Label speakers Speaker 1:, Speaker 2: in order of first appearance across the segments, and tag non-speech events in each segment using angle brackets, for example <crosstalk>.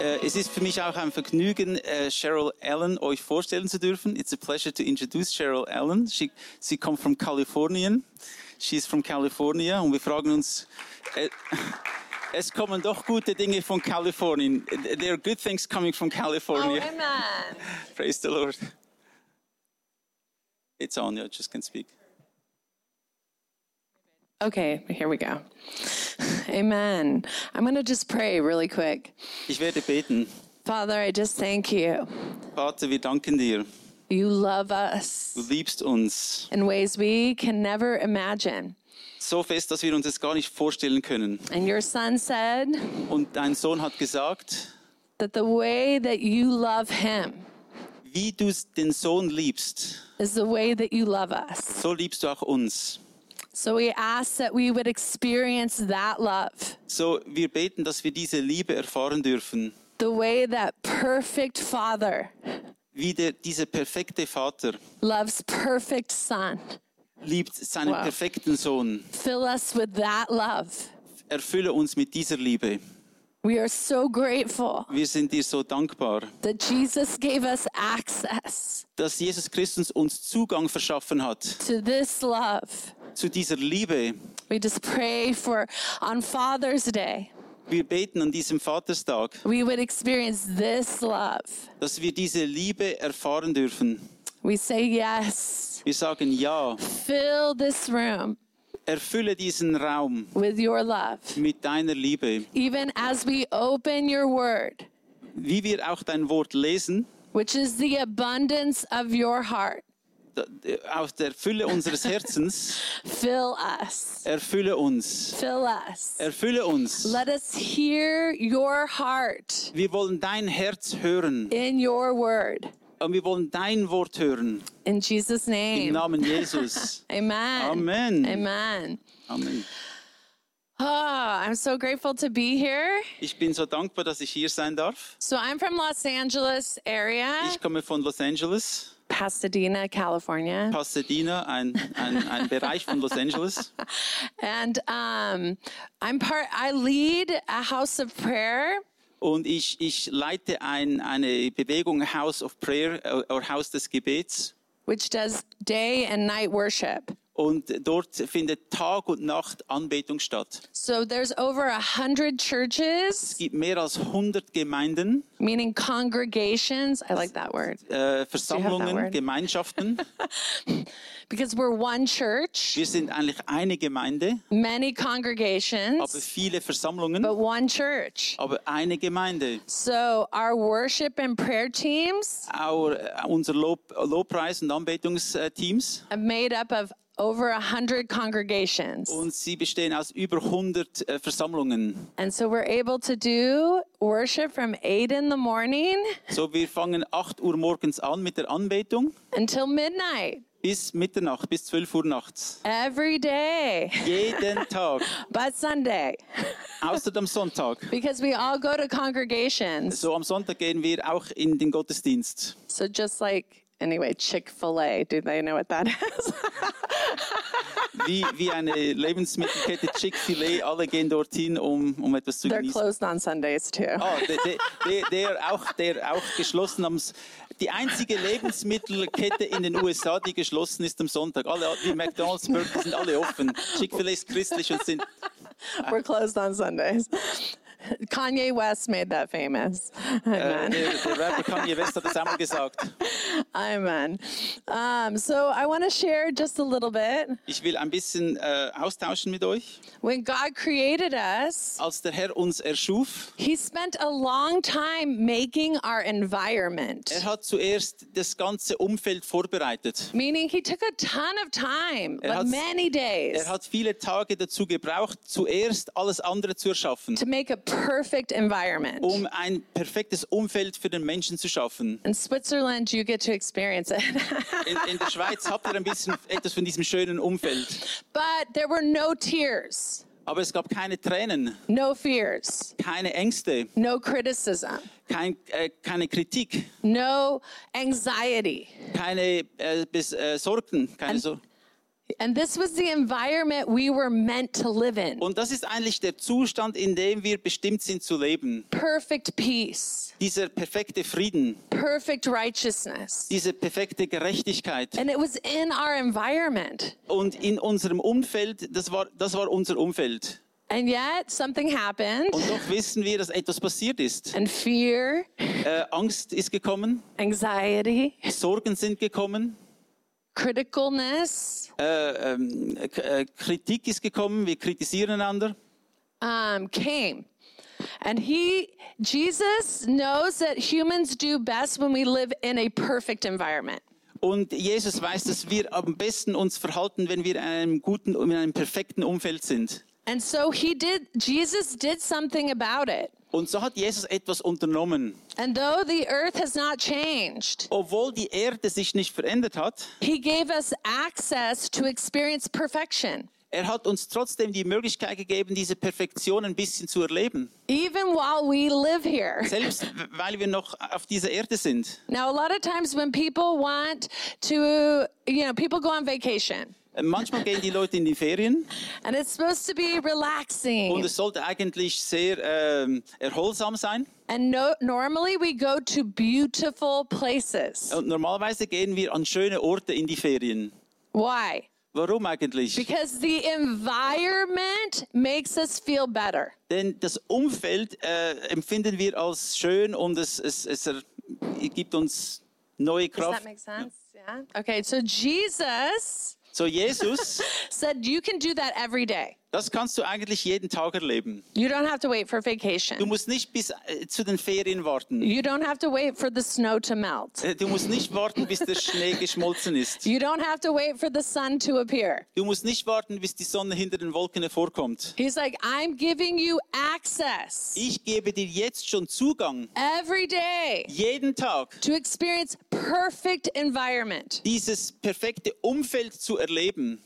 Speaker 1: Äh, Es ist für mich auch ein Vergnügen, äh, Cheryl Allen euch vorstellen zu dürfen. It's a pleasure to introduce Cheryl Allen. She, she comes from Kalifornien. She's from California. Und wir fragen uns, äh, es kommen doch gute Dinge von Kalifornien. There are good things coming from
Speaker 2: Oh,
Speaker 1: California.
Speaker 2: amen.
Speaker 1: Praise the Lord. It's on, you just can speak.
Speaker 2: <laughs> Okay, here we go. <sighs> Amen. I'm going to just pray really quick.
Speaker 1: Ich werde beten.
Speaker 2: Father, I just thank you.
Speaker 1: Vater, wir danken dir.
Speaker 2: You love us
Speaker 1: Du liebst uns
Speaker 2: in ways we can never imagine.
Speaker 1: so fest, dass wir uns das gar nicht vorstellen können.
Speaker 2: And your son said
Speaker 1: Und dein Sohn hat gesagt,
Speaker 2: that the way that you love him
Speaker 1: wie du den Sohn liebst,
Speaker 2: is the way that you love us.
Speaker 1: so liebst du auch uns.
Speaker 2: So we ask that we would experience that love,
Speaker 1: So, wir beten, dass wir diese Liebe erfahren dürfen,
Speaker 2: the way that perfect father
Speaker 1: wie der, dieser perfekte Vater
Speaker 2: loves perfect son.
Speaker 1: liebt seinen
Speaker 2: Wow.
Speaker 1: perfekten Sohn.
Speaker 2: Fill us with that love.
Speaker 1: Erfülle uns mit dieser Liebe.
Speaker 2: We are so grateful
Speaker 1: Wir sind dir so dankbar,
Speaker 2: that Jesus gave us access
Speaker 1: dass Jesus Christus uns Zugang verschaffen hat
Speaker 2: to this love.
Speaker 1: zu dieser Liebe.
Speaker 2: We just pray for on Father's Day,
Speaker 1: Wir beten an diesem Vaterstag,
Speaker 2: we would experience this love.
Speaker 1: dass wir diese Liebe erfahren dürfen.
Speaker 2: We say, Yes,
Speaker 1: Wir sagen ja,
Speaker 2: fill this room
Speaker 1: erfülle diesen Raum
Speaker 2: with your love.
Speaker 1: mit deiner Liebe.
Speaker 2: Even as we open your word,
Speaker 1: Wie wir auch dein Wort lesen,
Speaker 2: which is the abundance of your heart,
Speaker 1: da- aus der Fülle unseres Herzens,
Speaker 2: fill us.
Speaker 1: erfülle uns.
Speaker 2: Fill us.
Speaker 1: Erfülle uns.
Speaker 2: Let us hear your heart
Speaker 1: Wir wollen dein Herz hören
Speaker 2: in your word.
Speaker 1: und wir wollen dein Wort hören.
Speaker 2: In Jesus'
Speaker 1: Im
Speaker 2: name.
Speaker 1: Namen
Speaker 2: <laughs>
Speaker 1: Jesus.
Speaker 2: Amen.
Speaker 1: Amen.
Speaker 2: Amen.
Speaker 1: Amen.
Speaker 2: Oh, I'm so grateful to be here.
Speaker 1: Ich bin so dankbar, dass ich hier sein darf.
Speaker 2: So I'm from Los Angeles area,
Speaker 1: Ich komme von Los Angeles,
Speaker 2: Pasadena, California,
Speaker 1: Pasadena, ein, ein, ein Bereich von Los Angeles.
Speaker 2: and um, I'm part. I lead a house of prayer.
Speaker 1: Und ich, ich leite ein, eine Bewegung House of Prayer äh, oder Haus des Gebets.
Speaker 2: Which does day and night worship.
Speaker 1: Und dort findet Tag und Nacht Anbetung statt.
Speaker 2: So there's over a hundred
Speaker 1: Es
Speaker 2: churches,
Speaker 1: gibt mehr als 100 Gemeinden,
Speaker 2: meaning congregations. I like that word
Speaker 1: äh, Versammlungen,
Speaker 2: word?
Speaker 1: Gemeinschaften.
Speaker 2: because we're one church,
Speaker 1: Wir sind eigentlich eine Gemeinde,
Speaker 2: many
Speaker 1: aber
Speaker 2: congregations,
Speaker 1: viele Versammlungen,
Speaker 2: but one church.
Speaker 1: aber eine Gemeinde.
Speaker 2: So our worship and prayer teams
Speaker 1: Our, äh, unser Lob, Lobpreis- und Anbetungsteams.
Speaker 2: are made up of over a hundred congregations,
Speaker 1: Und sie bestehen aus über 100 äh, Versammlungen.
Speaker 2: and so we're able to do worship from eight in the morning
Speaker 1: So, wir fangen 8 Uhr morgens an mit der Anbetung
Speaker 2: until midnight
Speaker 1: bis Mitternacht, bis 12 Uhr nachts.
Speaker 2: every day,
Speaker 1: Jeden Tag,
Speaker 2: but Sunday
Speaker 1: außer am Sonntag.
Speaker 2: because we all go to congregations.
Speaker 1: So am Sonntag gehen wir auch in den Gottesdienst.
Speaker 2: So just like anyway, Chick Fil A. Do they know what that is? <laughs>
Speaker 1: Wie, wie eine Lebensmittelkette Chick-fil-A, alle gehen dorthin, um, um etwas zu
Speaker 2: They're
Speaker 1: genießen.
Speaker 2: closed on Sundays too.
Speaker 1: Ah, der, der, der, der, auch, der auch geschlossen am... S- Die einzige Lebensmittelkette in den USA, die geschlossen ist am Sonntag. Alle, die McDonalds, Burger sind alle offen. Chick-fil-A ist christlich und sind...
Speaker 2: We're closed on Sundays. <laughs> Kanye West made that famous. <laughs>
Speaker 1: Äh,
Speaker 2: Amen.
Speaker 1: der, der Rapper Kanye West hat das einmal gesagt.
Speaker 2: Amen. Um, so I want to share just a little bit.
Speaker 1: Ich will ein bisschen äh, austauschen mit euch.
Speaker 2: When God created us,
Speaker 1: Als der Herr uns erschuf,
Speaker 2: He spent a long time making our environment,
Speaker 1: er hat zuerst das ganze Umfeld vorbereitet.
Speaker 2: meaning He took a ton of time,
Speaker 1: Er
Speaker 2: like
Speaker 1: hat's-
Speaker 2: many days,
Speaker 1: Er hat viele Tage dazu gebraucht, zuerst alles andere zu erschaffen,
Speaker 2: to make a perfect environment.
Speaker 1: um ein perfektes Umfeld für den Menschen zu schaffen.
Speaker 2: In Switzerland, you get to experience it. <laughs>
Speaker 1: In, in der Schweiz habt ihr ein bisschen etwas von diesem schönen Umfeld.
Speaker 2: but there were no tears,
Speaker 1: Aber es gab keine Tränen,
Speaker 2: no fears,
Speaker 1: keine Ängste,
Speaker 2: no criticism,
Speaker 1: kein, äh, keine Kritik,
Speaker 2: no anxiety.
Speaker 1: keine äh, Bes äh, Sorgen, keine so
Speaker 2: And this was the environment we were meant to live in
Speaker 1: Und das ist eigentlich der Zustand, in dem wir bestimmt sind zu leben.
Speaker 2: perfect peace,
Speaker 1: Dieser perfekte Frieden,
Speaker 2: perfect righteousness.
Speaker 1: diese perfekte Gerechtigkeit.
Speaker 2: And it was in our environment.
Speaker 1: Und in unserem Umfeld, das war, das war unser Umfeld.
Speaker 2: And yet something happened,
Speaker 1: Und doch wissen wir, dass etwas passiert ist.
Speaker 2: and fear,
Speaker 1: Äh, Angst ist gekommen,
Speaker 2: anxiety,
Speaker 1: Sorgen sind gekommen,
Speaker 2: criticalness,
Speaker 1: äh, ähm, K- äh, Kritik ist gekommen, wir kritisieren einander.
Speaker 2: um, came. And he, Jesus knows that humans do best when we live in a perfect environment.
Speaker 1: Und Jesus weiß, dass wir am besten uns verhalten, wenn wir in einem guten, in einem perfekten Umfeld sind.
Speaker 2: And so he did, Jesus did something about it.
Speaker 1: Und so hat Jesus etwas unternommen.
Speaker 2: And though the earth has not changed,
Speaker 1: Obwohl die Erde sich nicht verändert hat,
Speaker 2: he gave us access to experience perfection,
Speaker 1: er hat uns trotzdem die Möglichkeit gegeben, diese Perfektion ein bisschen zu erleben.
Speaker 2: even while we live here.
Speaker 1: Selbst w- weil wir noch auf dieser Erde sind.
Speaker 2: Now, a lot of times when people want to, you know, people go on vacation
Speaker 1: Äh, Manchmal gehen die Leute in die Ferien
Speaker 2: and it's supposed to be
Speaker 1: und
Speaker 2: relaxing.
Speaker 1: es sollte eigentlich sehr ähm, erholsam sein.
Speaker 2: And no, normally we go to beautiful places.
Speaker 1: Und normalerweise gehen wir an schöne Orte in die Ferien.
Speaker 2: Why?
Speaker 1: Warum eigentlich?
Speaker 2: Because the environment makes us feel better.
Speaker 1: Denn das Umfeld äh, empfinden wir als schön und es, es, es er, gibt uns neue
Speaker 2: Does
Speaker 1: Kraft.
Speaker 2: that make sense? Yeah. Okay, so Jesus
Speaker 1: So Jesus, <laughs>
Speaker 2: said you can do that every day.
Speaker 1: das kannst du eigentlich jeden Tag erleben.
Speaker 2: You don't have to wait for
Speaker 1: Du
Speaker 2: vacation.
Speaker 1: musst nicht bis äh, zu den Ferien warten.
Speaker 2: You don't have to wait for the snow to melt.
Speaker 1: Äh, Du musst nicht warten, bis der
Speaker 2: <laughs>
Speaker 1: Schnee geschmolzen ist.
Speaker 2: You don't have to wait for the sun to appear.
Speaker 1: Du musst nicht warten, bis die Sonne hinter den Wolken hervorkommt.
Speaker 2: He's like, I'm giving you access
Speaker 1: Ich gebe dir jetzt schon Zugang,
Speaker 2: every day
Speaker 1: jeden Tag
Speaker 2: to experience perfect environment. <laughs>
Speaker 1: dieses perfekte Umfeld zu erleben.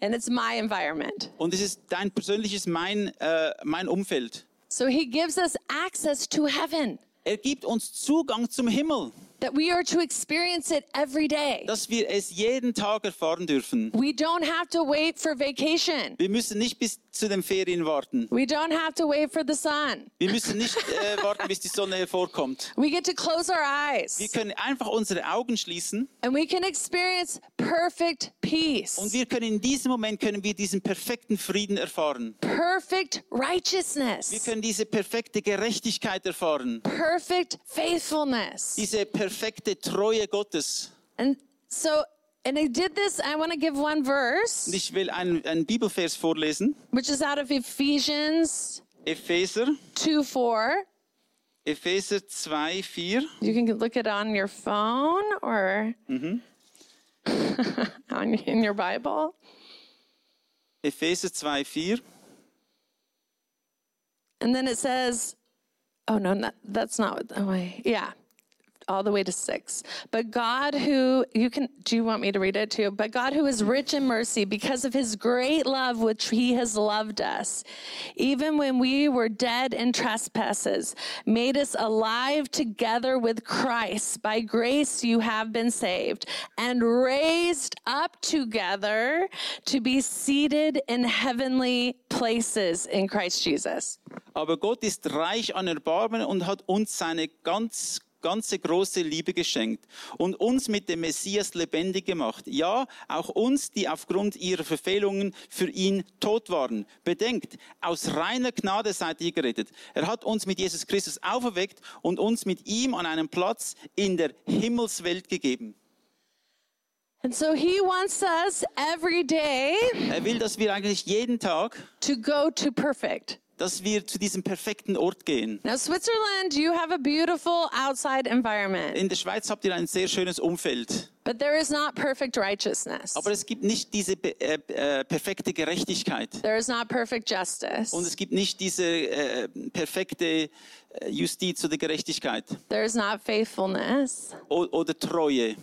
Speaker 2: And it's my environment.
Speaker 1: Und es ist dein persönliches, mein, äh, mein Umfeld.
Speaker 2: So he gives us access to heaven
Speaker 1: Er gibt uns Zugang zum Himmel,
Speaker 2: that we are to experience it every day.
Speaker 1: dass wir es jeden Tag erfahren dürfen.
Speaker 2: We don't have to wait for vacation.
Speaker 1: Wir müssen nicht bis zu den Ferien warten.
Speaker 2: We don't have to wait for the sun.
Speaker 1: Wir müssen nicht äh, warten, bis die Sonne hervorkommt.
Speaker 2: We get to close our
Speaker 1: Wir
Speaker 2: eyes
Speaker 1: können einfach unsere Augen schließen
Speaker 2: and we can experience perfect
Speaker 1: und
Speaker 2: peace,
Speaker 1: wir können in diesem Moment können wir diesen perfekten Frieden erfahren.
Speaker 2: perfect
Speaker 1: Wir
Speaker 2: righteousness,
Speaker 1: können diese perfekte Gerechtigkeit erfahren,
Speaker 2: perfect faithfulness.
Speaker 1: diese perfekte Treue Gottes.
Speaker 2: And so, and I did this, I want to give one
Speaker 1: Und
Speaker 2: verse,
Speaker 1: ich will einen, einen Bibelvers vorlesen.
Speaker 2: which is out of Ephesians
Speaker 1: Epheser,
Speaker 2: 2 4.
Speaker 1: Epheser 2, 4.
Speaker 2: You can look it on your phone or <laughs> on, in your Bible.
Speaker 1: Epheser 2, 4.
Speaker 2: And then it says, oh no, no that's not what, oh wait, yeah, all the way to six. But God who, you can, do you want me to read it too? But God who is rich in mercy because of his great love which he has loved us, even when we were dead in trespasses, made us alive together with Christ. By grace you have been saved and raised up together to be seated in heavenly places in Christ Jesus.
Speaker 1: Aber Gott ist reich an Erbarmen und hat uns seine ganz, ganze große Liebe geschenkt und uns mit dem Messias lebendig gemacht. Ja, auch uns, die aufgrund ihrer Verfehlungen für ihn tot waren. Bedenkt, aus reiner Gnade seid ihr gerettet. Er hat uns mit Jesus Christus auferweckt und uns mit ihm an einen Platz in der Himmelswelt gegeben.
Speaker 2: And so he wants us every day
Speaker 1: Er will, dass wir eigentlich jeden Tag,
Speaker 2: to go to perfect.
Speaker 1: dass wir zu diesem perfekten Ort gehen.
Speaker 2: Now, Switzerland, you have a beautiful outside environment,
Speaker 1: In der Schweiz habt ihr ein sehr schönes Umfeld.
Speaker 2: but there is not perfect righteousness.
Speaker 1: Aber es gibt nicht diese be- äh, äh, perfekte Gerechtigkeit.
Speaker 2: There is not perfect justice.
Speaker 1: Und es gibt nicht diese äh, perfekte äh, Justiz oder Gerechtigkeit
Speaker 2: There is not faithfulness.
Speaker 1: o oder Treue.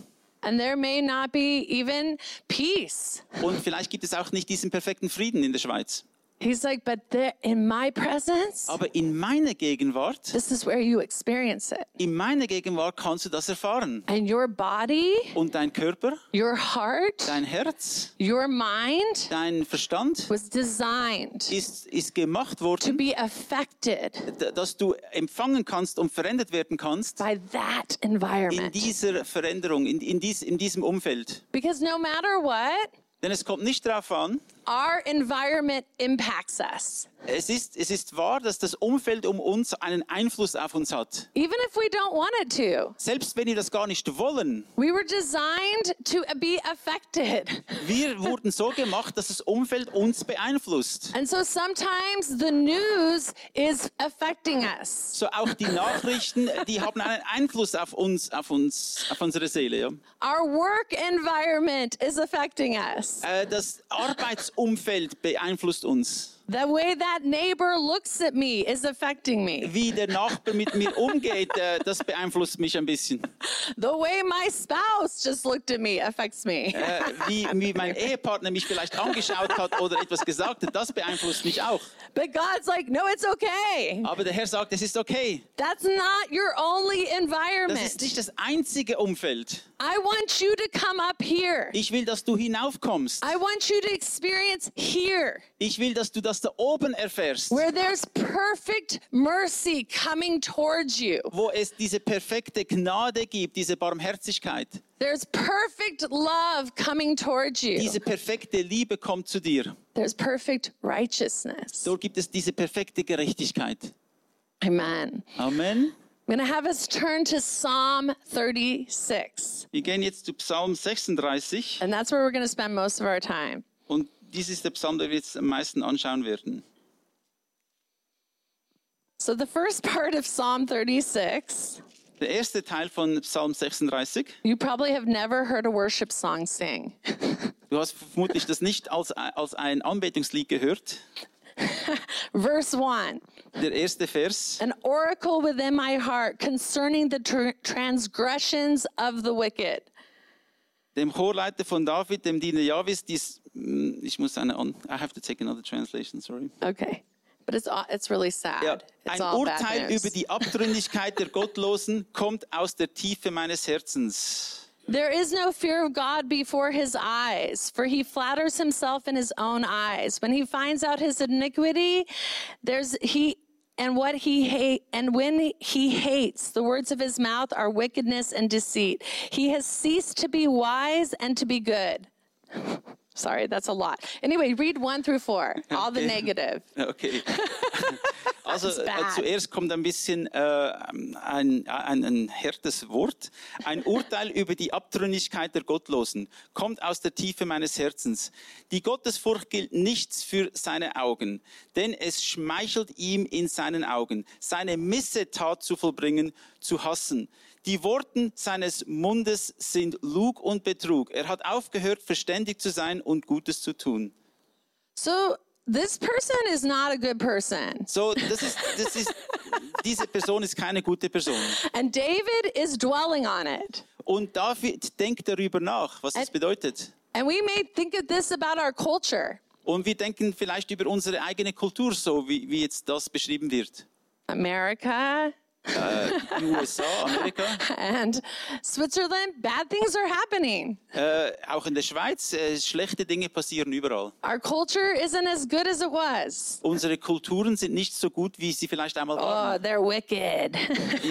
Speaker 2: And there may not be even peace.
Speaker 1: Und vielleicht gibt es auch nicht diesen perfekten Frieden in der Schweiz.
Speaker 2: He's like, but there, in my presence,
Speaker 1: Aber in meiner Gegenwart,
Speaker 2: this is where you experience it.
Speaker 1: in meiner Gegenwart kannst du das erfahren.
Speaker 2: And your body,
Speaker 1: Und dein Körper,
Speaker 2: your heart,
Speaker 1: dein Herz,
Speaker 2: your mind
Speaker 1: dein Verstand
Speaker 2: was designed
Speaker 1: ist, ist gemacht
Speaker 2: to
Speaker 1: worden,
Speaker 2: be affected
Speaker 1: d- dass du empfangen kannst und verändert werden kannst
Speaker 2: by that
Speaker 1: in
Speaker 2: environment.
Speaker 1: dieser Veränderung, in, in, dies, in diesem Umfeld.
Speaker 2: Because no matter what,
Speaker 1: Denn es kommt nicht darauf an,
Speaker 2: our environment impacts us.
Speaker 1: es ist, es ist wahr, dass das Umfeld um uns einen Einfluss auf uns hat.
Speaker 2: Even if we don't want it to,
Speaker 1: Selbst wenn wir das gar nicht wollen,
Speaker 2: we were designed to be affected.
Speaker 1: wir wurden so gemacht, dass das Umfeld uns beeinflusst.
Speaker 2: And so sometimes the news is affecting us.
Speaker 1: So auch die Nachrichten, die haben einen Einfluss auf uns, auf uns, auf unsere Seele. Ja.
Speaker 2: Our work environment is affecting us.
Speaker 1: Äh, Das Arbeitsumfeld beeinflusst uns.
Speaker 2: The way that neighbor looks at me is affecting me.
Speaker 1: Wie der Nachbar mit mir umgeht, äh, das beeinflusst mich ein bisschen.
Speaker 2: The way my spouse just looked at me affects me.
Speaker 1: Äh,
Speaker 2: <laughs>
Speaker 1: Wie, wie mein Ehepartner mich vielleicht angeschaut hat oder etwas gesagt hat, das beeinflusst mich auch.
Speaker 2: But God's like, no, it's okay.
Speaker 1: Aber der Herr sagt, es ist okay.
Speaker 2: That's not your only
Speaker 1: Das ist nicht
Speaker 2: environment.
Speaker 1: das einzige Umfeld.
Speaker 2: I want you to come up here.
Speaker 1: Ich will, dass du hinaufkommst.
Speaker 2: I want you to experience here
Speaker 1: Ich will, dass du das da oben erfährst,
Speaker 2: where there's perfect mercy coming towards you.
Speaker 1: wo es diese perfekte Gnade gibt, diese Barmherzigkeit.
Speaker 2: There's perfect love coming towards you.
Speaker 1: Diese perfekte Liebe kommt zu dir.
Speaker 2: There's perfect righteousness.
Speaker 1: Dort gibt es diese perfekte Gerechtigkeit.
Speaker 2: Amen.
Speaker 1: Amen.
Speaker 2: I'm going to have us turn to Psalm 36.
Speaker 1: Wir gehen jetzt zu Psalm 36
Speaker 2: And that's where we're going to spend most of our time.
Speaker 1: und dies ist der Psalm, den wir jetzt am meisten anschauen werden.
Speaker 2: So, the first part of Psalm 36,
Speaker 1: Der erste Teil von Psalm 36.
Speaker 2: you probably have never heard a worship song sing. <laughs>
Speaker 1: Du hast vermutlich das nicht als, als ein Anbetungslied gehört.
Speaker 2: Verse 1
Speaker 1: Der erste Vers.
Speaker 2: An oracle within my heart concerning the tr- transgressions of the wicked.
Speaker 1: Dem Chorleiter von David, dem Diener Javis, dies, mm, ich muss eine, an- I have to take another translation, sorry.
Speaker 2: Okay. But it's, all- it's really sad.
Speaker 1: Ja,
Speaker 2: It's
Speaker 1: ein
Speaker 2: all bad
Speaker 1: Urteil
Speaker 2: news.
Speaker 1: über die Abtrünnigkeit der Gottlosen kommt aus der Tiefe meines Herzens.
Speaker 2: There is no fear of God before his eyes, for he flatters himself in his own eyes. When he finds out his iniquity, there's he and what he hate and when he hates, the words of his mouth are wickedness and deceit. He has ceased to be wise and to be good. <laughs> Sorry, that's a lot. Anyway, read one through four, all the
Speaker 1: Okay.
Speaker 2: negative.
Speaker 1: Ja, <laughs> Okay. Also
Speaker 2: That's
Speaker 1: äh,
Speaker 2: bad.
Speaker 1: zuerst kommt ein bisschen äh, ein, ein, ein härtes Wort. Ein Urteil <laughs> über die Abtrünnigkeit der Gottlosen kommt aus der Tiefe meines Herzens. Die Gottesfurcht gilt nichts für seine Augen, denn es schmeichelt ihm in seinen Augen, seine Missetat zu vollbringen, zu hassen. Die Worten seines Mundes sind Lug und Betrug. Er hat aufgehört, verständig zu sein und Gutes zu tun.
Speaker 2: So this person is not a good person.
Speaker 1: So, das ist, das ist, diese Person ist keine gute Person.
Speaker 2: And David is dwelling on it.
Speaker 1: Und David denkt darüber nach, was das
Speaker 2: Ä-
Speaker 1: bedeutet.
Speaker 2: And we may think of this about our culture.
Speaker 1: Und wir denken vielleicht über unsere eigene Kultur so, wie, wie jetzt das beschrieben wird.
Speaker 2: America
Speaker 1: Die USA, Amerika,
Speaker 2: and Switzerland, bad things are happening.
Speaker 1: äh, auch in der Schweiz, äh, schlechte Dinge passieren überall.
Speaker 2: Our culture isn't as good as it was.
Speaker 1: Unsere Kulturen sind nicht so gut, wie sie vielleicht einmal
Speaker 2: Oh,
Speaker 1: waren.
Speaker 2: they're wicked.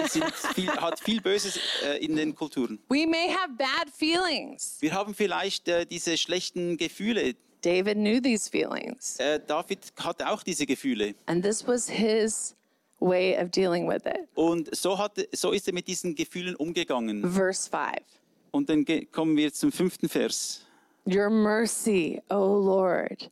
Speaker 2: <laughs>
Speaker 1: Es sind viel, hat viel Böses äh, in den Kulturen.
Speaker 2: we may have bad feelings.
Speaker 1: Wir haben vielleicht äh, diese schlechten Gefühle.
Speaker 2: David knew these feelings,
Speaker 1: Äh, David hat auch diese Gefühle.
Speaker 2: and this was his way of dealing with it.
Speaker 1: Und so, hat, so ist er mit diesen Gefühlen umgegangen.
Speaker 2: Verse 5
Speaker 1: Und dann ge- kommen wir zum fünften Vers.
Speaker 2: Your mercy, O Lord,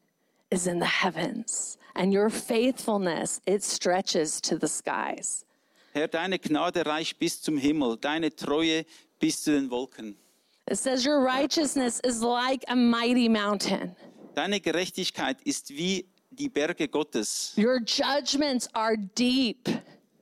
Speaker 2: is in the heavens, and your faithfulness, it stretches to the skies.
Speaker 1: Herr, deine Gnade reicht bis zum Himmel, deine Treue bis zu den Wolken.
Speaker 2: It says, Your righteousness is like a mighty mountain.
Speaker 1: Deine Gerechtigkeit ist wie die Berge Gottes.
Speaker 2: Your judgments are deep.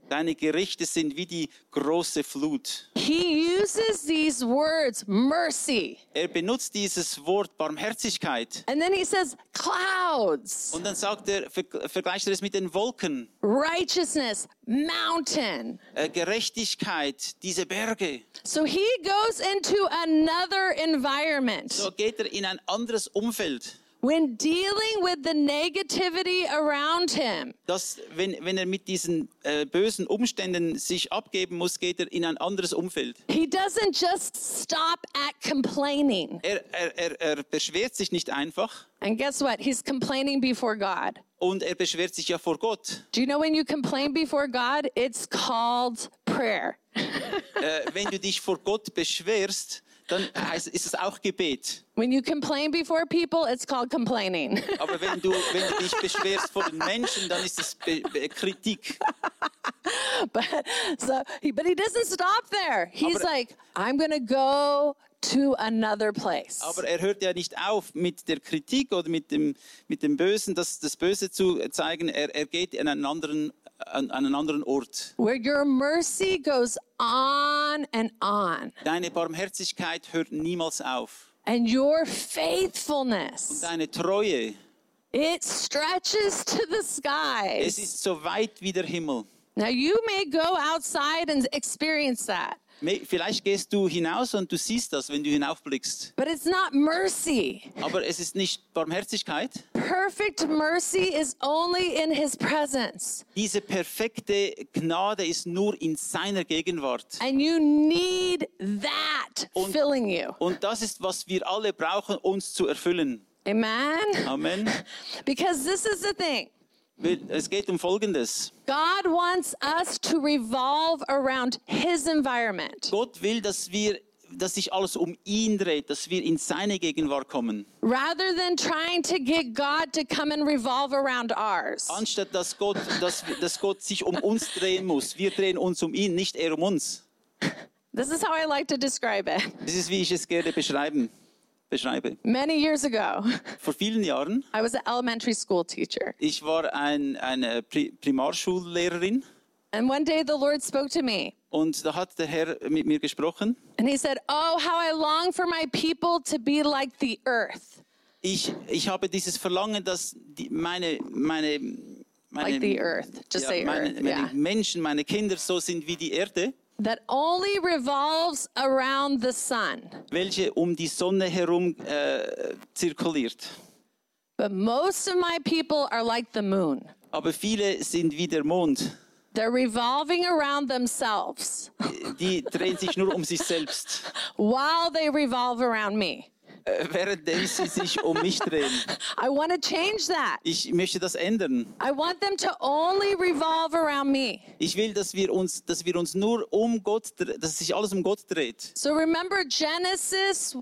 Speaker 1: Deine Gerichte sind wie die große Flut.
Speaker 2: He uses these words, mercy.
Speaker 1: Er benutzt dieses Wort Barmherzigkeit.
Speaker 2: And then he says, clouds,
Speaker 1: Und dann sagt er, ver- vergleicht er es mit den Wolken.
Speaker 2: righteousness, mountain.
Speaker 1: Äh, Gerechtigkeit, diese Berge.
Speaker 2: So he goes into another environment.
Speaker 1: So geht er in ein anderes Umfeld.
Speaker 2: When dealing with the negativity around him,
Speaker 1: Dass, wenn, wenn er mit diesen äh, bösen Umständen sich abgeben muss, geht er in ein anderes Umfeld.
Speaker 2: he doesn't just stop at complaining.
Speaker 1: Er, er, er, er beschwert sich nicht einfach
Speaker 2: And guess what? He's complaining before God.
Speaker 1: und er beschwert sich ja vor Gott.
Speaker 2: Do you know when you complain before God? It's called prayer.
Speaker 1: Äh, wenn du dich vor Gott beschwerst, dann heißt, ist es auch Gebet.
Speaker 2: When you complain before people, it's called complaining. <laughs>
Speaker 1: Aber wenn du, wenn du dich beschwerst vor den Menschen, dann ist es Be Be Kritik.
Speaker 2: but so he, but he doesn't stop there. He's
Speaker 1: Aber-
Speaker 2: like, I'm going to go to another place.
Speaker 1: Aber er hört ja nicht auf mit der Kritik oder mit dem, mit dem Bösen, das, das Böse zu zeigen. Er, er geht an einen, anderen, an, an einen anderen Ort.
Speaker 2: Where your mercy goes on and on,
Speaker 1: Deine Barmherzigkeit hört niemals auf.
Speaker 2: and your faithfulness,
Speaker 1: Deine Treue,
Speaker 2: it stretches to the
Speaker 1: es
Speaker 2: skies.
Speaker 1: ist so weit wie der Himmel.
Speaker 2: Now, you may go outside and experience that,
Speaker 1: Me- Vielleicht gehst du hinaus und du siehst das, wenn du hinaufblickst.
Speaker 2: but it's not mercy.
Speaker 1: Aber es ist nicht Barmherzigkeit.
Speaker 2: Perfect mercy is only in his presence.
Speaker 1: Diese perfekte Gnade ist nur in seiner Gegenwart.
Speaker 2: And you need that
Speaker 1: Und-
Speaker 2: filling you.
Speaker 1: Und das ist, was wir alle brauchen, uns zu erfüllen.
Speaker 2: Amen?
Speaker 1: Amen.
Speaker 2: <laughs> Because this is the thing
Speaker 1: Wir- Es geht um Folgendes.
Speaker 2: God wants us to revolve around his environment
Speaker 1: Gott will, dass wir, dass sich alles um ihn dreht, dass wir in seine Gegenwart kommen.
Speaker 2: rather than trying to get God to come and revolve around ours.
Speaker 1: Anstatt dass Gott, dass, wir- dass Gott sich um uns drehen muss. Wir drehen uns um ihn, nicht er um uns.
Speaker 2: This is how I like to describe it. <laughs>
Speaker 1: Das ist, wie ich es gerne beschreiben, beschreibe.
Speaker 2: Many years ago, <laughs>
Speaker 1: Vor vielen Jahren,
Speaker 2: I was an elementary school teacher.
Speaker 1: ich war ein, eine Pri Primarschullehrerin
Speaker 2: And one day the Lord spoke to me
Speaker 1: und da hat der Herr mit mir gesprochen.
Speaker 2: and he said, Oh, how I long for my people to be like the earth.
Speaker 1: ich, ich habe dieses Verlangen, dass die, meine, meine, meine,
Speaker 2: Like the earth. Just
Speaker 1: ja,
Speaker 2: say
Speaker 1: meine,
Speaker 2: earth.
Speaker 1: meine
Speaker 2: yeah.
Speaker 1: Menschen, meine Kinder so sind wie die Erde,
Speaker 2: that only revolves around the sun.
Speaker 1: welche um die Sonne herum äh, zirkuliert.
Speaker 2: But most of my people are like the moon.
Speaker 1: Aber viele sind wie der Mond.
Speaker 2: They're revolving around themselves
Speaker 1: Die drehen sich nur um sich selbst,
Speaker 2: while they revolve around me.
Speaker 1: äh, währenddem sie sich um mich drehen.
Speaker 2: I want to change that.
Speaker 1: Ich möchte das ändern.
Speaker 2: I want them to only revolve around me.
Speaker 1: Ich will, dass wir uns, dass wir uns nur um Gott, dre- dass sich alles um Gott dreht.
Speaker 2: So remember Genesis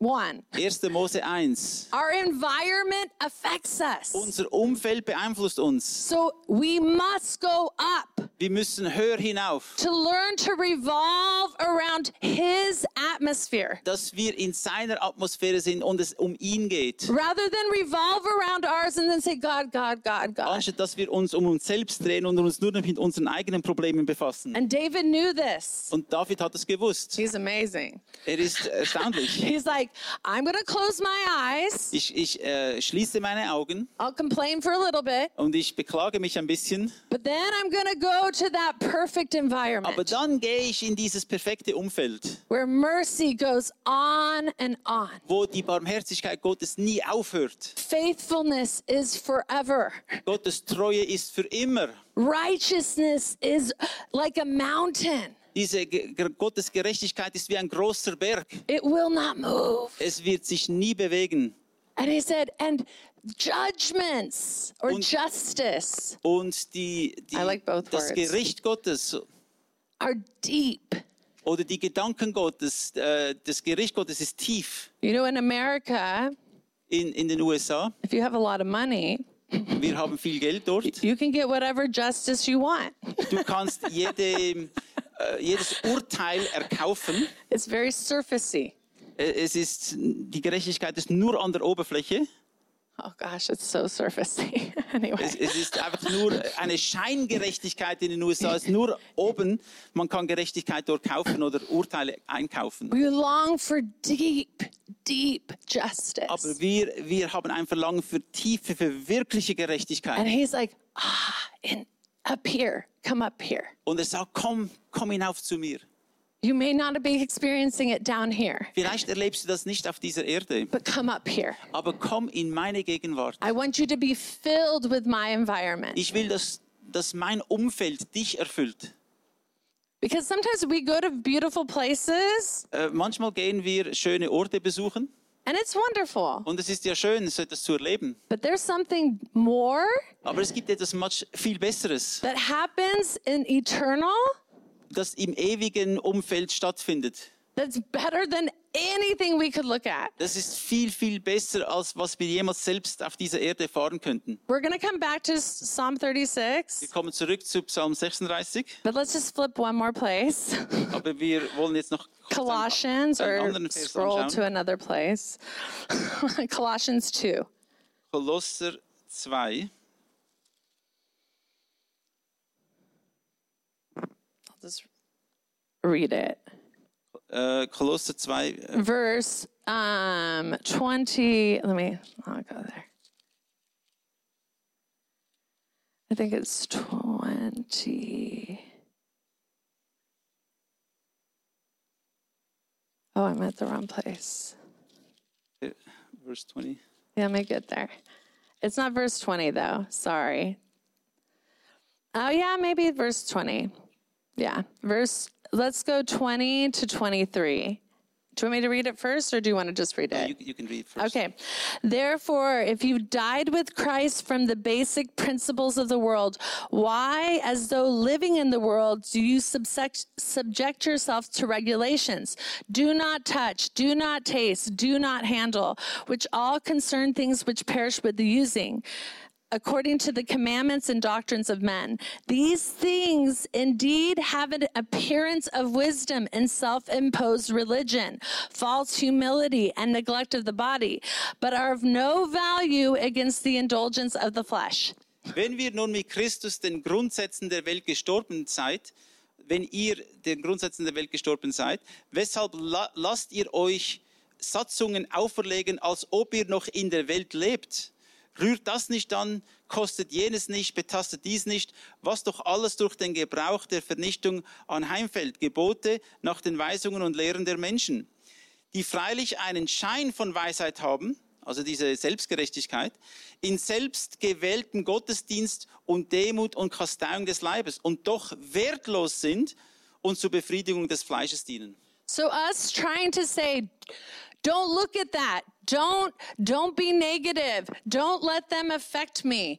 Speaker 2: 1.
Speaker 1: 1. Mose 1.
Speaker 2: Our environment affects us.
Speaker 1: Unser Umfeld beeinflusst uns.
Speaker 2: So we must go up
Speaker 1: Wir müssen höher hinauf.
Speaker 2: to learn to revolve around his atmosphere.
Speaker 1: dass wir in seiner Atmosphäre sind und es um ihn geht.
Speaker 2: rather than revolve around ours and then say, God, God, God, God.
Speaker 1: Anstatt dass wir uns um uns selbst drehen und uns nur noch mit unseren eigenen Problemen befassen.
Speaker 2: And David knew this.
Speaker 1: Und David hat es gewusst.
Speaker 2: He's amazing.
Speaker 1: Er ist erstaunlich.
Speaker 2: He's like, I'm going to close my eyes.
Speaker 1: Ich, ich äh, schließe meine Augen
Speaker 2: I'll complain for a little bit,
Speaker 1: und ich beklage mich ein bisschen.
Speaker 2: but then I'm going to go to that perfect
Speaker 1: Aber
Speaker 2: environment
Speaker 1: dann gehe ich in dieses perfekte Umfeld,
Speaker 2: where mercy goes on and on.
Speaker 1: wo die Barmherzigkeit Gottes nie aufhört.
Speaker 2: Faithfulness is forever.
Speaker 1: Gottes Treue ist für immer.
Speaker 2: Righteousness is like a mountain.
Speaker 1: Diese Ge Ge- Gottes Gerechtigkeit ist wie ein großer Berg.
Speaker 2: It will not move.
Speaker 1: Es wird sich nie bewegen.
Speaker 2: And he said, and judgments or
Speaker 1: Und-
Speaker 2: justice
Speaker 1: Und die, die,
Speaker 2: I like both
Speaker 1: das
Speaker 2: words.
Speaker 1: Gericht Gottes
Speaker 2: are deep.
Speaker 1: oder die Gedanken Gottes, äh, das Gericht Gottes ist tief.
Speaker 2: You know, in America,
Speaker 1: In, in den USA,
Speaker 2: if you have a lot of money,
Speaker 1: wir haben viel Geld dort.
Speaker 2: you can get whatever justice you want.
Speaker 1: Du kannst jede, äh, jedes Urteil erkaufen.
Speaker 2: It's very surfacey.
Speaker 1: Äh, Es ist, die Gerechtigkeit ist nur an der Oberfläche.
Speaker 2: Oh gosh, it's so surfacey. <laughs> anyway.
Speaker 1: Es, es ist einfach nur eine Scheingerechtigkeit in den USA. Es ist nur oben. Man kann Gerechtigkeit dort kaufen oder Urteile einkaufen.
Speaker 2: We long for deep, deep justice.
Speaker 1: Aber wir, wir haben ein Verlangen für tiefe, für wirkliche
Speaker 2: and
Speaker 1: Gerechtigkeit.
Speaker 2: he's like, ah, in, up here, come up here.
Speaker 1: Und er sagt, komm, komm hinauf zu mir.
Speaker 2: You may not be experiencing it down here,
Speaker 1: Vielleicht erlebst du das nicht auf dieser Erde,
Speaker 2: but come up here.
Speaker 1: aber komm in meine Gegenwart.
Speaker 2: I want you to be filled with my environment.
Speaker 1: Ich will, dass, dass mein Umfeld dich erfüllt.
Speaker 2: Because sometimes we go to beautiful places
Speaker 1: Äh, manchmal gehen wir schöne Orte besuchen
Speaker 2: and it's wonderful,
Speaker 1: und es ist ja schön, so etwas zu erleben.
Speaker 2: but there's something more
Speaker 1: Aber es gibt etwas much, viel Besseres,
Speaker 2: that happens in eternal
Speaker 1: das im ewigen Umfeld stattfindet.
Speaker 2: that's better than anything we could look at.
Speaker 1: Das ist viel, viel besser, als was wir jemals selbst auf dieser Erde erfahren könnten.
Speaker 2: We're going to come back to S- Psalm
Speaker 1: Wir
Speaker 2: 36,
Speaker 1: kommen zurück zu Psalm 36,
Speaker 2: but let's just flip one more place. <laughs>
Speaker 1: aber wir wollen jetzt noch kurz einen-
Speaker 2: Colossians
Speaker 1: einen
Speaker 2: or
Speaker 1: anderen Vers
Speaker 2: scroll
Speaker 1: anschauen.
Speaker 2: to another place. <laughs> Colossians 2.
Speaker 1: Kolosser 2.
Speaker 2: I'll just read it.
Speaker 1: Äh, Kolosser 2, äh,
Speaker 2: Verse um, 20. Let me, I'll go there. I think it's 20. Oh, I'm at the wrong place.
Speaker 1: äh, Vers 20.
Speaker 2: Yeah, am I good there? It's not verse 20, though. Sorry. Oh, yeah, maybe verse 20. Yeah, verse, let's go 20 to 23. Do you want me to read it first, or do you want to just read
Speaker 1: You,
Speaker 2: it?
Speaker 1: you can read first.
Speaker 2: Okay. Therefore, if you died with Christ from the basic principles of the world, why, as though living in the world, do you subject, subject yourself to regulations? Do not touch, do not taste, do not handle, which all concern things which perish with the using according to the commandments and doctrines of men. These things indeed have an appearance of wisdom in self imposed religion, false humility, and neglect of the body, but are of no value against the indulgence of the flesh.
Speaker 1: Wenn wir nun mit Christus den Grundsätzen der Welt gestorben seid, wenn ihr den Grundsätzen der Welt gestorben seid, weshalb la lasst ihr euch Satzungen auferlegen, als ob ihr noch in der Welt lebt? Rührt das nicht an, kostet jenes nicht, betastet dies nicht, was doch alles durch den Gebrauch der Vernichtung anheimfällt, Gebote nach den Weisungen und Lehren der Menschen die freilich einen Schein von Weisheit haben, also diese Selbstgerechtigkeit, in selbstgewähltem Gottesdienst und Demut und Kasteiung des Leibes und doch wertlos sind und zur Befriedigung des Fleisches dienen.
Speaker 2: So us trying to say, don't look at that. Don't don't be negative. Don't let them affect me.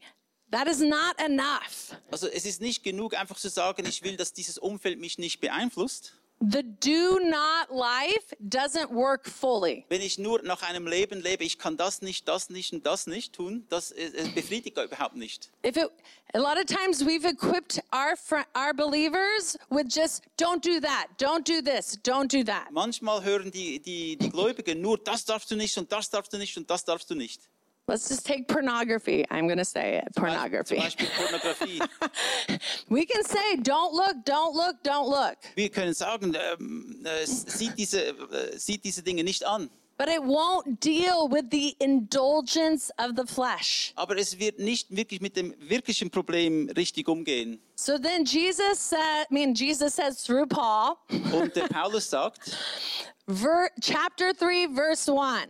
Speaker 2: That is not enough.
Speaker 1: Also es ist nicht genug, einfach zu sagen, ich will, dass dieses Umfeld mich nicht beeinflusst,
Speaker 2: The do not life doesn't work fully.
Speaker 1: wenn ich nur nach einem Leben lebe, ich kann das nicht, das nicht und das nicht tun, das äh, es befriedigt überhaupt nicht.
Speaker 2: If it, a lot of times we've equipped our fr- our believers with just don't do that, don't do this, don't do that.
Speaker 1: Manchmal hören die, die, die Gläubigen nur, das darfst du nicht und das darfst du nicht und das darfst du nicht.
Speaker 2: Let's just take pornography. I'm going to say it,
Speaker 1: Zum
Speaker 2: pornography.
Speaker 1: Beispiel Pornografie.
Speaker 2: We can say don't look, don't look, don't look,
Speaker 1: wir können sagen, ähm, äh, s- sieht, diese, äh, sieht diese Dinge nicht an.
Speaker 2: but it won't deal with the indulgence of the flesh.
Speaker 1: Aber es wird nicht wirklich mit dem wirklichen Problem richtig umgehen.
Speaker 2: So then Jesus said, I mean Jesus says through Paul,
Speaker 1: Und der Paulus sagt,
Speaker 2: ver, chapter 3 verse 1.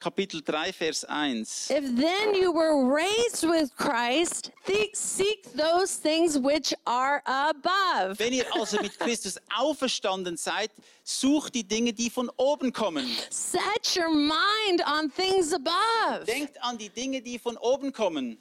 Speaker 1: Kapitel 3, Vers 1.
Speaker 2: If then you were raised with Christ, thi- seek those things which are above.
Speaker 1: Wenn ihr also mit Christus auferstanden seid, sucht die Dinge, die von oben kommen.
Speaker 2: Set your mind on things above.
Speaker 1: Denkt an die Dinge, die von oben kommen.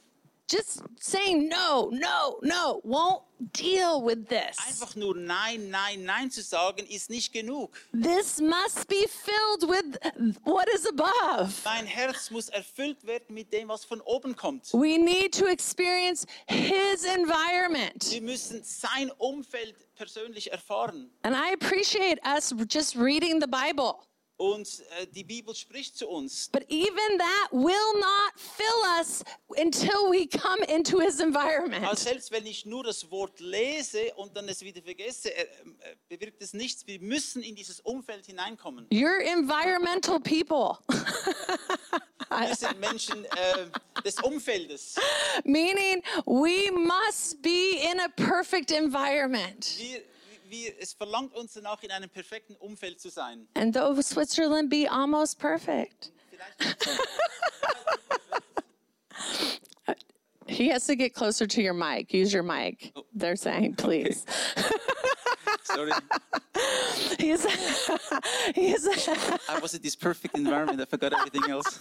Speaker 2: Just saying no, no, no won't deal with this.
Speaker 1: Einfach nur Nein, Nein, Nein zu sagen, ist nicht genug.
Speaker 2: This must be filled with what is above.
Speaker 1: Mein Herz muss erfüllt werden mit dem, was von oben kommt.
Speaker 2: We need to experience His environment.
Speaker 1: Wir müssen sein Umfeld persönlich erfahren.
Speaker 2: And I appreciate us just reading the Bible.
Speaker 1: Und äh, die Bibel spricht zu uns.
Speaker 2: But even that will not fill us until we come into his
Speaker 1: Also
Speaker 2: environment.
Speaker 1: selbst wenn ich nur das Wort lese und dann es wieder vergesse, äh, äh, bewirkt es nichts. Wir müssen in dieses Umfeld hineinkommen.
Speaker 2: You're environmental people, <laughs>
Speaker 1: Wir sind Menschen äh, des Umfeldes.
Speaker 2: meaning we must be in a perfect environment.
Speaker 1: Wir, wir, es verlangt uns danach, in einem perfekten Umfeld zu sein.
Speaker 2: And though Switzerland be almost perfect,
Speaker 1: Vielleicht
Speaker 2: he has to get closer to your mic. Use your mic. They're saying, please. <laughs>
Speaker 1: Sorry,
Speaker 2: He's, <laughs> he's, <laughs>
Speaker 1: I was in this perfect environment, I forgot everything else.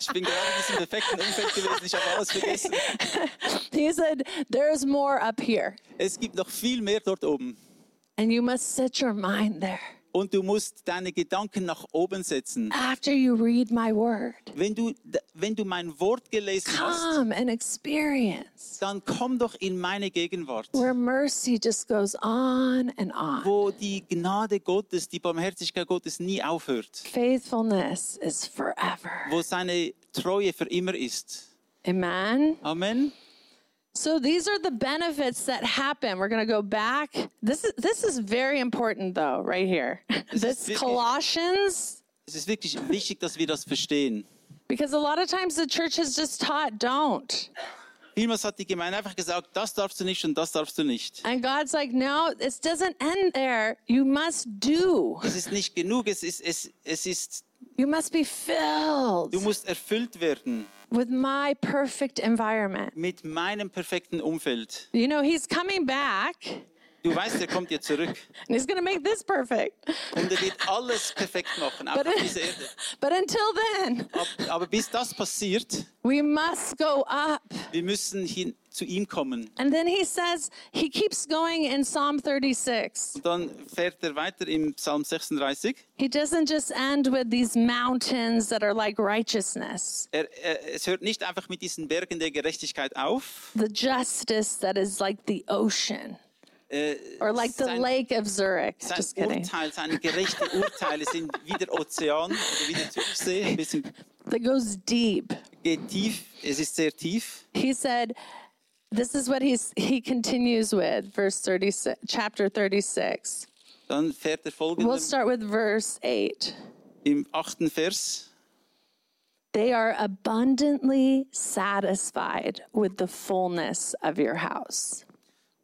Speaker 1: Ich bin gerade in diesem perfekten Umfeld gewesen, ich habe alles vergessen.
Speaker 2: he said, there's more up here.
Speaker 1: Es gibt noch viel mehr dort oben.
Speaker 2: And you must set your mind there
Speaker 1: Und du musst deine Gedanken nach oben setzen.
Speaker 2: after you read my word.
Speaker 1: Wenn du, wenn du mein Wort gelesen hast,
Speaker 2: Come and experience
Speaker 1: dann komm doch in meine Gegenwart,
Speaker 2: where mercy just goes on and on.
Speaker 1: wo die Gnade Gottes, die Barmherzigkeit Gottes nie aufhört,
Speaker 2: Faithfulness is forever.
Speaker 1: wo seine Treue für immer ist.
Speaker 2: Amen.
Speaker 1: Amen.
Speaker 2: So these are the benefits that happen. We're going to go back. This is this is very important though, right here.
Speaker 1: is
Speaker 2: <laughs> This
Speaker 1: big-
Speaker 2: Colossians
Speaker 1: Es ist wirklich wichtig, dass wir das verstehen.
Speaker 2: because a lot of times the church has just taught don't.
Speaker 1: Vielmals hat die Gemeinde einfach gesagt, das darfst du nicht und das darfst du nicht.
Speaker 2: And God's like, "No, this doesn't end there. You must do.
Speaker 1: Es ist nicht genug, es ist, es, es ist,
Speaker 2: You must be filled
Speaker 1: du musst erfüllt werden
Speaker 2: with my perfect environment."
Speaker 1: mit meinem perfekten Umfeld.
Speaker 2: You know, he's coming back and
Speaker 1: Du weißt, er kommt dir zurück
Speaker 2: he's going to make this perfect.
Speaker 1: und er wird alles perfekt machen, auch
Speaker 2: But, <laughs>
Speaker 1: auf dieser Erde.
Speaker 2: but until then,
Speaker 1: Ab- Aber bis das passiert,
Speaker 2: we must go up.
Speaker 1: wir müssen hin, zu ihm kommen.
Speaker 2: And then he says, he keeps going in Psalm 36.
Speaker 1: Und dann fährt er weiter im Psalm 36.
Speaker 2: He doesn't just end with these mountains that are like righteousness,
Speaker 1: Er, er, es hört nicht einfach mit diesen Bergen der Gerechtigkeit auf.
Speaker 2: the justice that is like the ocean or like the
Speaker 1: sein-
Speaker 2: lake of Zurich.
Speaker 1: Sein
Speaker 2: Just kidding.
Speaker 1: Urteil, seine gerechten Urteile sind wie der Ozean oder wie der Tiefsee, ein bisschen
Speaker 2: That goes deep.
Speaker 1: geht tief, es ist sehr tief.
Speaker 2: He said, this is what he's, he continues with, verse 36, chapter 36.
Speaker 1: Dann fährt er
Speaker 2: We'll
Speaker 1: folgendes
Speaker 2: start with verse 8.
Speaker 1: im achten Vers.
Speaker 2: They are abundantly satisfied with the fullness of your house.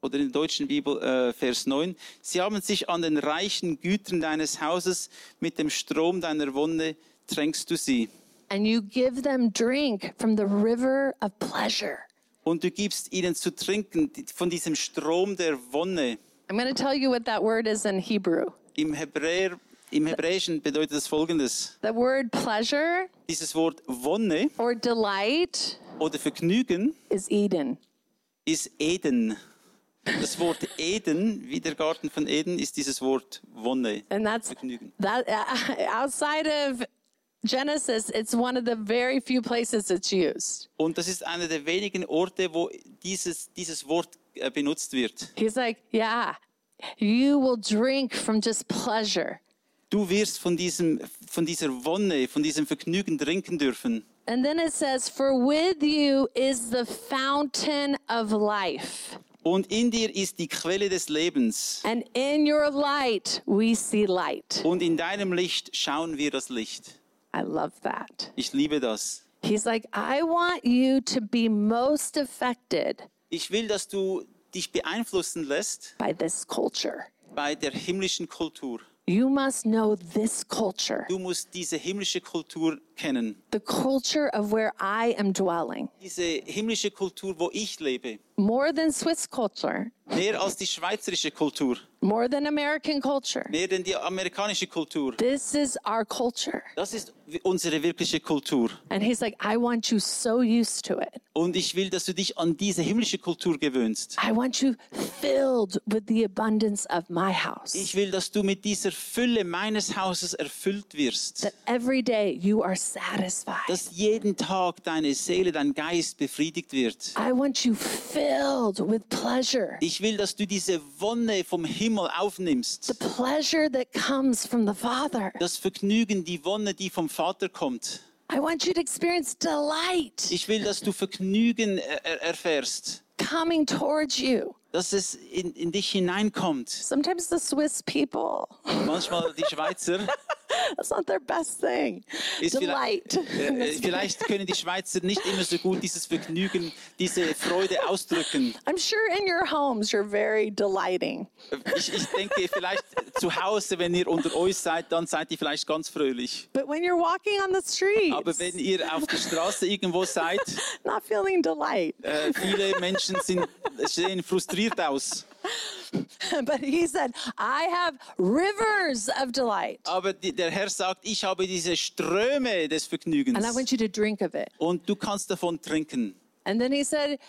Speaker 1: Oder in der deutschen Bibel äh, Vers 9. Sie haben sich an den reichen Gütern deines Hauses, mit dem Strom deiner Wonne tränkst du sie.
Speaker 2: and you give them drink from the river of pleasure.
Speaker 1: Und du gibst ihnen zu trinken die- von diesem Strom der Wonne.
Speaker 2: I'm going to tell you what that word is in Hebrew.
Speaker 1: Im, Hebräer, Im Hebräischen bedeutet das folgendes.
Speaker 2: The word pleasure
Speaker 1: Dieses Wort Wonne
Speaker 2: or delight
Speaker 1: oder Vergnügen
Speaker 2: is Eden.
Speaker 1: ist Eden. Das Wort Eden, wie der Garten von Eden, ist dieses Wort Wonne.
Speaker 2: And that's
Speaker 1: Vergnügen.
Speaker 2: that <laughs> outside of Genesis, it's one of the very few places it's used.
Speaker 1: Und das ist einer der wenigen Orte, wo dieses, dieses Wort äh, benutzt wird.
Speaker 2: He's like, yeah, you will drink from just pleasure.
Speaker 1: Du wirst von, diesem, von dieser Wonne, von diesem Vergnügen trinken dürfen.
Speaker 2: And then it says, for with you is the fountain of life.
Speaker 1: Und in dir ist die Quelle des Lebens.
Speaker 2: And in your light, we see light.
Speaker 1: Und in deinem Licht schauen wir das Licht.
Speaker 2: I love that.
Speaker 1: Ich liebe das.
Speaker 2: He's like, I want you to be most affected
Speaker 1: Ich will, dass du dich beeinflussen lässt
Speaker 2: by this culture.
Speaker 1: bei der himmlischen Kultur.
Speaker 2: You must know this culture,
Speaker 1: Du musst diese himmlische Kultur kennen.
Speaker 2: the culture of where I am dwelling,
Speaker 1: Diese himmlische Kultur, wo ich lebe.
Speaker 2: more than Swiss culture,
Speaker 1: Mehr als die schweizerische Kultur.
Speaker 2: more than American culture.
Speaker 1: Mehr denn die amerikanische Kultur.
Speaker 2: This is our culture.
Speaker 1: Das ist wi- unsere wirkliche Kultur.
Speaker 2: And he's like, I want you so used to it.
Speaker 1: Und ich will, dass du dich an diese himmlische Kultur gewöhnst.
Speaker 2: I want you filled with the abundance of my house.
Speaker 1: Ich will, dass du mit dieser Fülle meines Hauses erfüllt wirst.
Speaker 2: That every day you are satisfied.
Speaker 1: Dass jeden Tag deine Seele, dein Geist befriedigt wird.
Speaker 2: I want you filled with pleasure.
Speaker 1: Ich will, dass du diese Wonne vom Himmel
Speaker 2: The
Speaker 1: aufnimmst.
Speaker 2: pleasure that comes from the Father.
Speaker 1: Das Vergnügen, die Wonne, die vom Vater kommt.
Speaker 2: I want you to experience delight
Speaker 1: Ich will, dass du Vergnügen äh, er er- erfährst.
Speaker 2: coming towards you.
Speaker 1: Dass es in, in dich hineinkommt.
Speaker 2: Sometimes the Swiss people, <laughs>
Speaker 1: Manchmal die Schweizer.
Speaker 2: that's not their best thing.
Speaker 1: Ist
Speaker 2: Delight.
Speaker 1: vielleicht, äh, vielleicht können die Schweizer nicht immer so gut dieses Vergnügen, diese Freude ausdrücken.
Speaker 2: I'm sure in your homes you're very delighting.
Speaker 1: Ich, ich denke, vielleicht zu Hause, wenn ihr unter euch seid, dann seid ihr vielleicht ganz fröhlich.
Speaker 2: But when you're walking on the
Speaker 1: Aber
Speaker 2: streets,
Speaker 1: wenn ihr auf der Straße irgendwo seid,
Speaker 2: not feeling delight.
Speaker 1: äh, viele Menschen sind, sehen frustriert aus.
Speaker 2: <laughs> but he said, I have rivers of delight.
Speaker 1: Aber die, der Herr sagt, ich habe diese Ströme des
Speaker 2: And I
Speaker 1: Vergnügens
Speaker 2: want you to drink of it.
Speaker 1: und du kannst davon trinken.
Speaker 2: And then he said,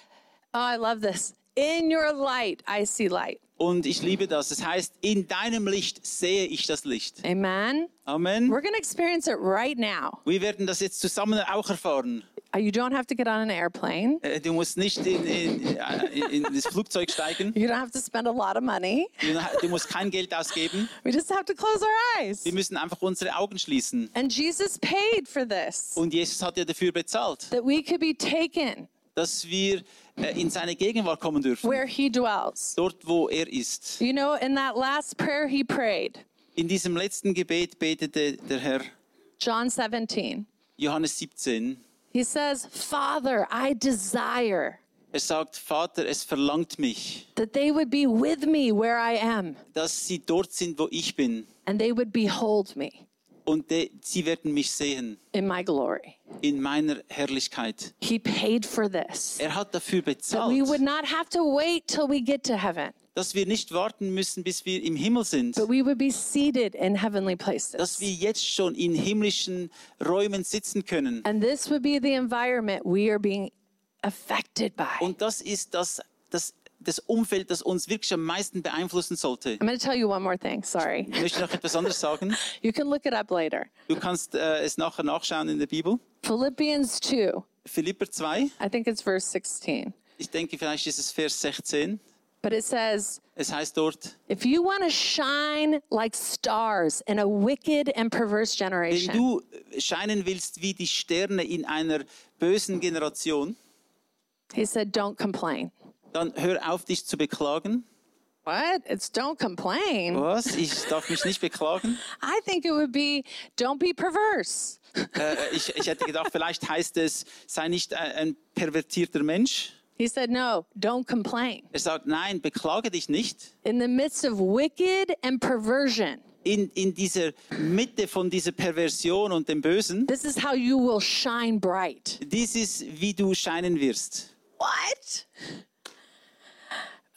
Speaker 2: Oh, I love this. In your light, I see light.
Speaker 1: Und ich liebe das. Das heißt, in deinem Licht sehe ich das Licht.
Speaker 2: Amen.
Speaker 1: Amen.
Speaker 2: We're going to experience it right now.
Speaker 1: Wir werden das jetzt zusammen auch erfahren.
Speaker 2: Uh, You don't have to get on an airplane.
Speaker 1: Äh, Du musst nicht in, in, äh, in, in das Flugzeug steigen.
Speaker 2: You don't have to spend a lot of money.
Speaker 1: Du du musst kein Geld ausgeben.
Speaker 2: We just have to close our eyes.
Speaker 1: Wir müssen einfach unsere Augen schließen.
Speaker 2: And Jesus paid for this,
Speaker 1: Und Jesus hat ja dafür bezahlt,
Speaker 2: that we could be taken
Speaker 1: dass wir äh, in seine Gegenwart kommen dürfen.
Speaker 2: where he dwells.
Speaker 1: Dort, wo er ist.
Speaker 2: You know, in that last prayer he prayed,
Speaker 1: In diesem letzten Gebet betete der Herr
Speaker 2: John 17,
Speaker 1: Johannes 17.
Speaker 2: he says, Father, I desire
Speaker 1: Er sagt, Vater, es verlangt mich,
Speaker 2: that they would be with me where I am
Speaker 1: dass sie dort sind, wo ich bin.
Speaker 2: and they would behold me
Speaker 1: Und de- sie werden mich sehen
Speaker 2: in my glory.
Speaker 1: in meiner Herrlichkeit.
Speaker 2: He paid for this.
Speaker 1: Er hat dafür
Speaker 2: That we would
Speaker 1: bezahlt,
Speaker 2: not have to wait till we get to heaven,
Speaker 1: dass wir nicht warten müssen, bis wir im Himmel sind.
Speaker 2: but we would be seated in heavenly
Speaker 1: dass wir
Speaker 2: places.
Speaker 1: jetzt schon in himmlischen Räumen sitzen können.
Speaker 2: And this would be the environment we are being affected by. I'm
Speaker 1: Und das ist das, das, das Umfeld, das uns wirklich am meisten beeinflussen sollte.
Speaker 2: going to tell you one more thing. Sorry.
Speaker 1: Ich möchte noch etwas anderes sagen.
Speaker 2: You can look it up later.
Speaker 1: Du kannst äh, es nachher nachschauen in der Bibel.
Speaker 2: Philippians 2,
Speaker 1: Philipper 2,
Speaker 2: I think it's verse 16.
Speaker 1: ich denke vielleicht ist es Vers 16.
Speaker 2: But it says,
Speaker 1: Es heißt dort,
Speaker 2: if you want to shine like stars in a wicked and perverse
Speaker 1: wenn
Speaker 2: generation,
Speaker 1: du scheinen willst wie die Sterne in einer bösen Generation,
Speaker 2: he said, don't complain.
Speaker 1: dann hör auf, dich zu beklagen.
Speaker 2: What? It's don't complain.
Speaker 1: Was? Ich darf mich nicht beklagen.
Speaker 2: I think it would be don't be perverse.
Speaker 1: Äh, ich, ich hätte gedacht, vielleicht heißt es, sei nicht ein- ein pervertierter Mensch.
Speaker 2: He said, no, don't complain.
Speaker 1: Er sagt, nein, beklage dich nicht.
Speaker 2: In the midst of wicked and perversion,
Speaker 1: In, in dieser Mitte von dieser Perversion und dem Bösen,
Speaker 2: this is how you will shine bright.
Speaker 1: dies ist, wie du scheinen wirst.
Speaker 2: What?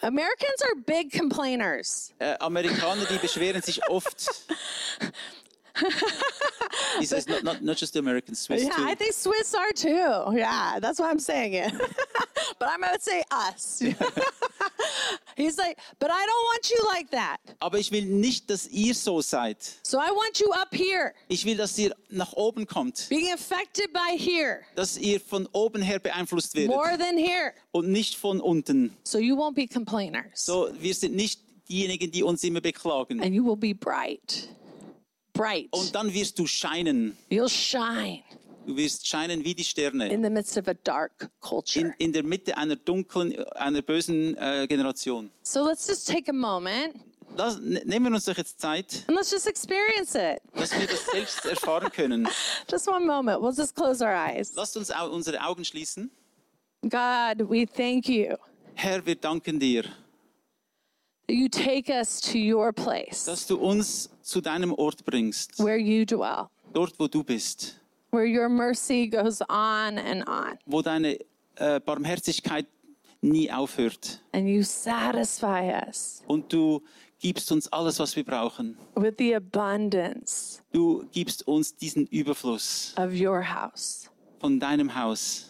Speaker 2: Americans are big complainers.
Speaker 1: Äh, Amerikaner, die beschweren sich oft.
Speaker 2: <laughs>
Speaker 1: Is this not, not, not just the Americans, Swiss
Speaker 2: Yeah,
Speaker 1: too.
Speaker 2: I think Swiss are too. Yeah, that's why I'm saying it. <laughs> but I'm going to say <laughs> us. He's like, but I don't want you like that.
Speaker 1: Aber ich will nicht, dass ihr so seid.
Speaker 2: So I want you up here,
Speaker 1: Ich will, dass ihr nach oben kommt.
Speaker 2: being affected by here
Speaker 1: Dass ihr von oben her beeinflusst
Speaker 2: more
Speaker 1: werdet
Speaker 2: than here.
Speaker 1: und nicht von unten.
Speaker 2: So you won't be complainers.
Speaker 1: So, wir sind nicht diejenigen, die uns immer beklagen.
Speaker 2: and you will be bright. Bright.
Speaker 1: Und dann wirst du scheinen.
Speaker 2: You'll shine
Speaker 1: Du wirst scheinen wie die Sterne.
Speaker 2: in the midst of a dark culture.
Speaker 1: in, in der Mitte einer dunklen, einer bösen äh, Generation.
Speaker 2: so let's just take a moment
Speaker 1: Das, ne- nehmen wir uns doch jetzt Zeit,
Speaker 2: and let's just experience it.
Speaker 1: dass wir das selbst <laughs> erfahren können.
Speaker 2: Just one moment. We'll just close our eyes.
Speaker 1: Lasst uns au unsere Augen schließen.
Speaker 2: God, we thank you
Speaker 1: Herr, wir danken dir,
Speaker 2: that you take us to your place
Speaker 1: dass du uns zu deinem Ort bringst,
Speaker 2: where you dwell,
Speaker 1: dort, wo du bist,
Speaker 2: where your mercy goes on and on,
Speaker 1: wo deine äh, Barmherzigkeit nie aufhört.
Speaker 2: and you satisfy us
Speaker 1: Und du gibst uns alles, was wir brauchen.
Speaker 2: with the abundance
Speaker 1: Du gibst uns diesen Überfluss
Speaker 2: of your house.
Speaker 1: von deinem Haus.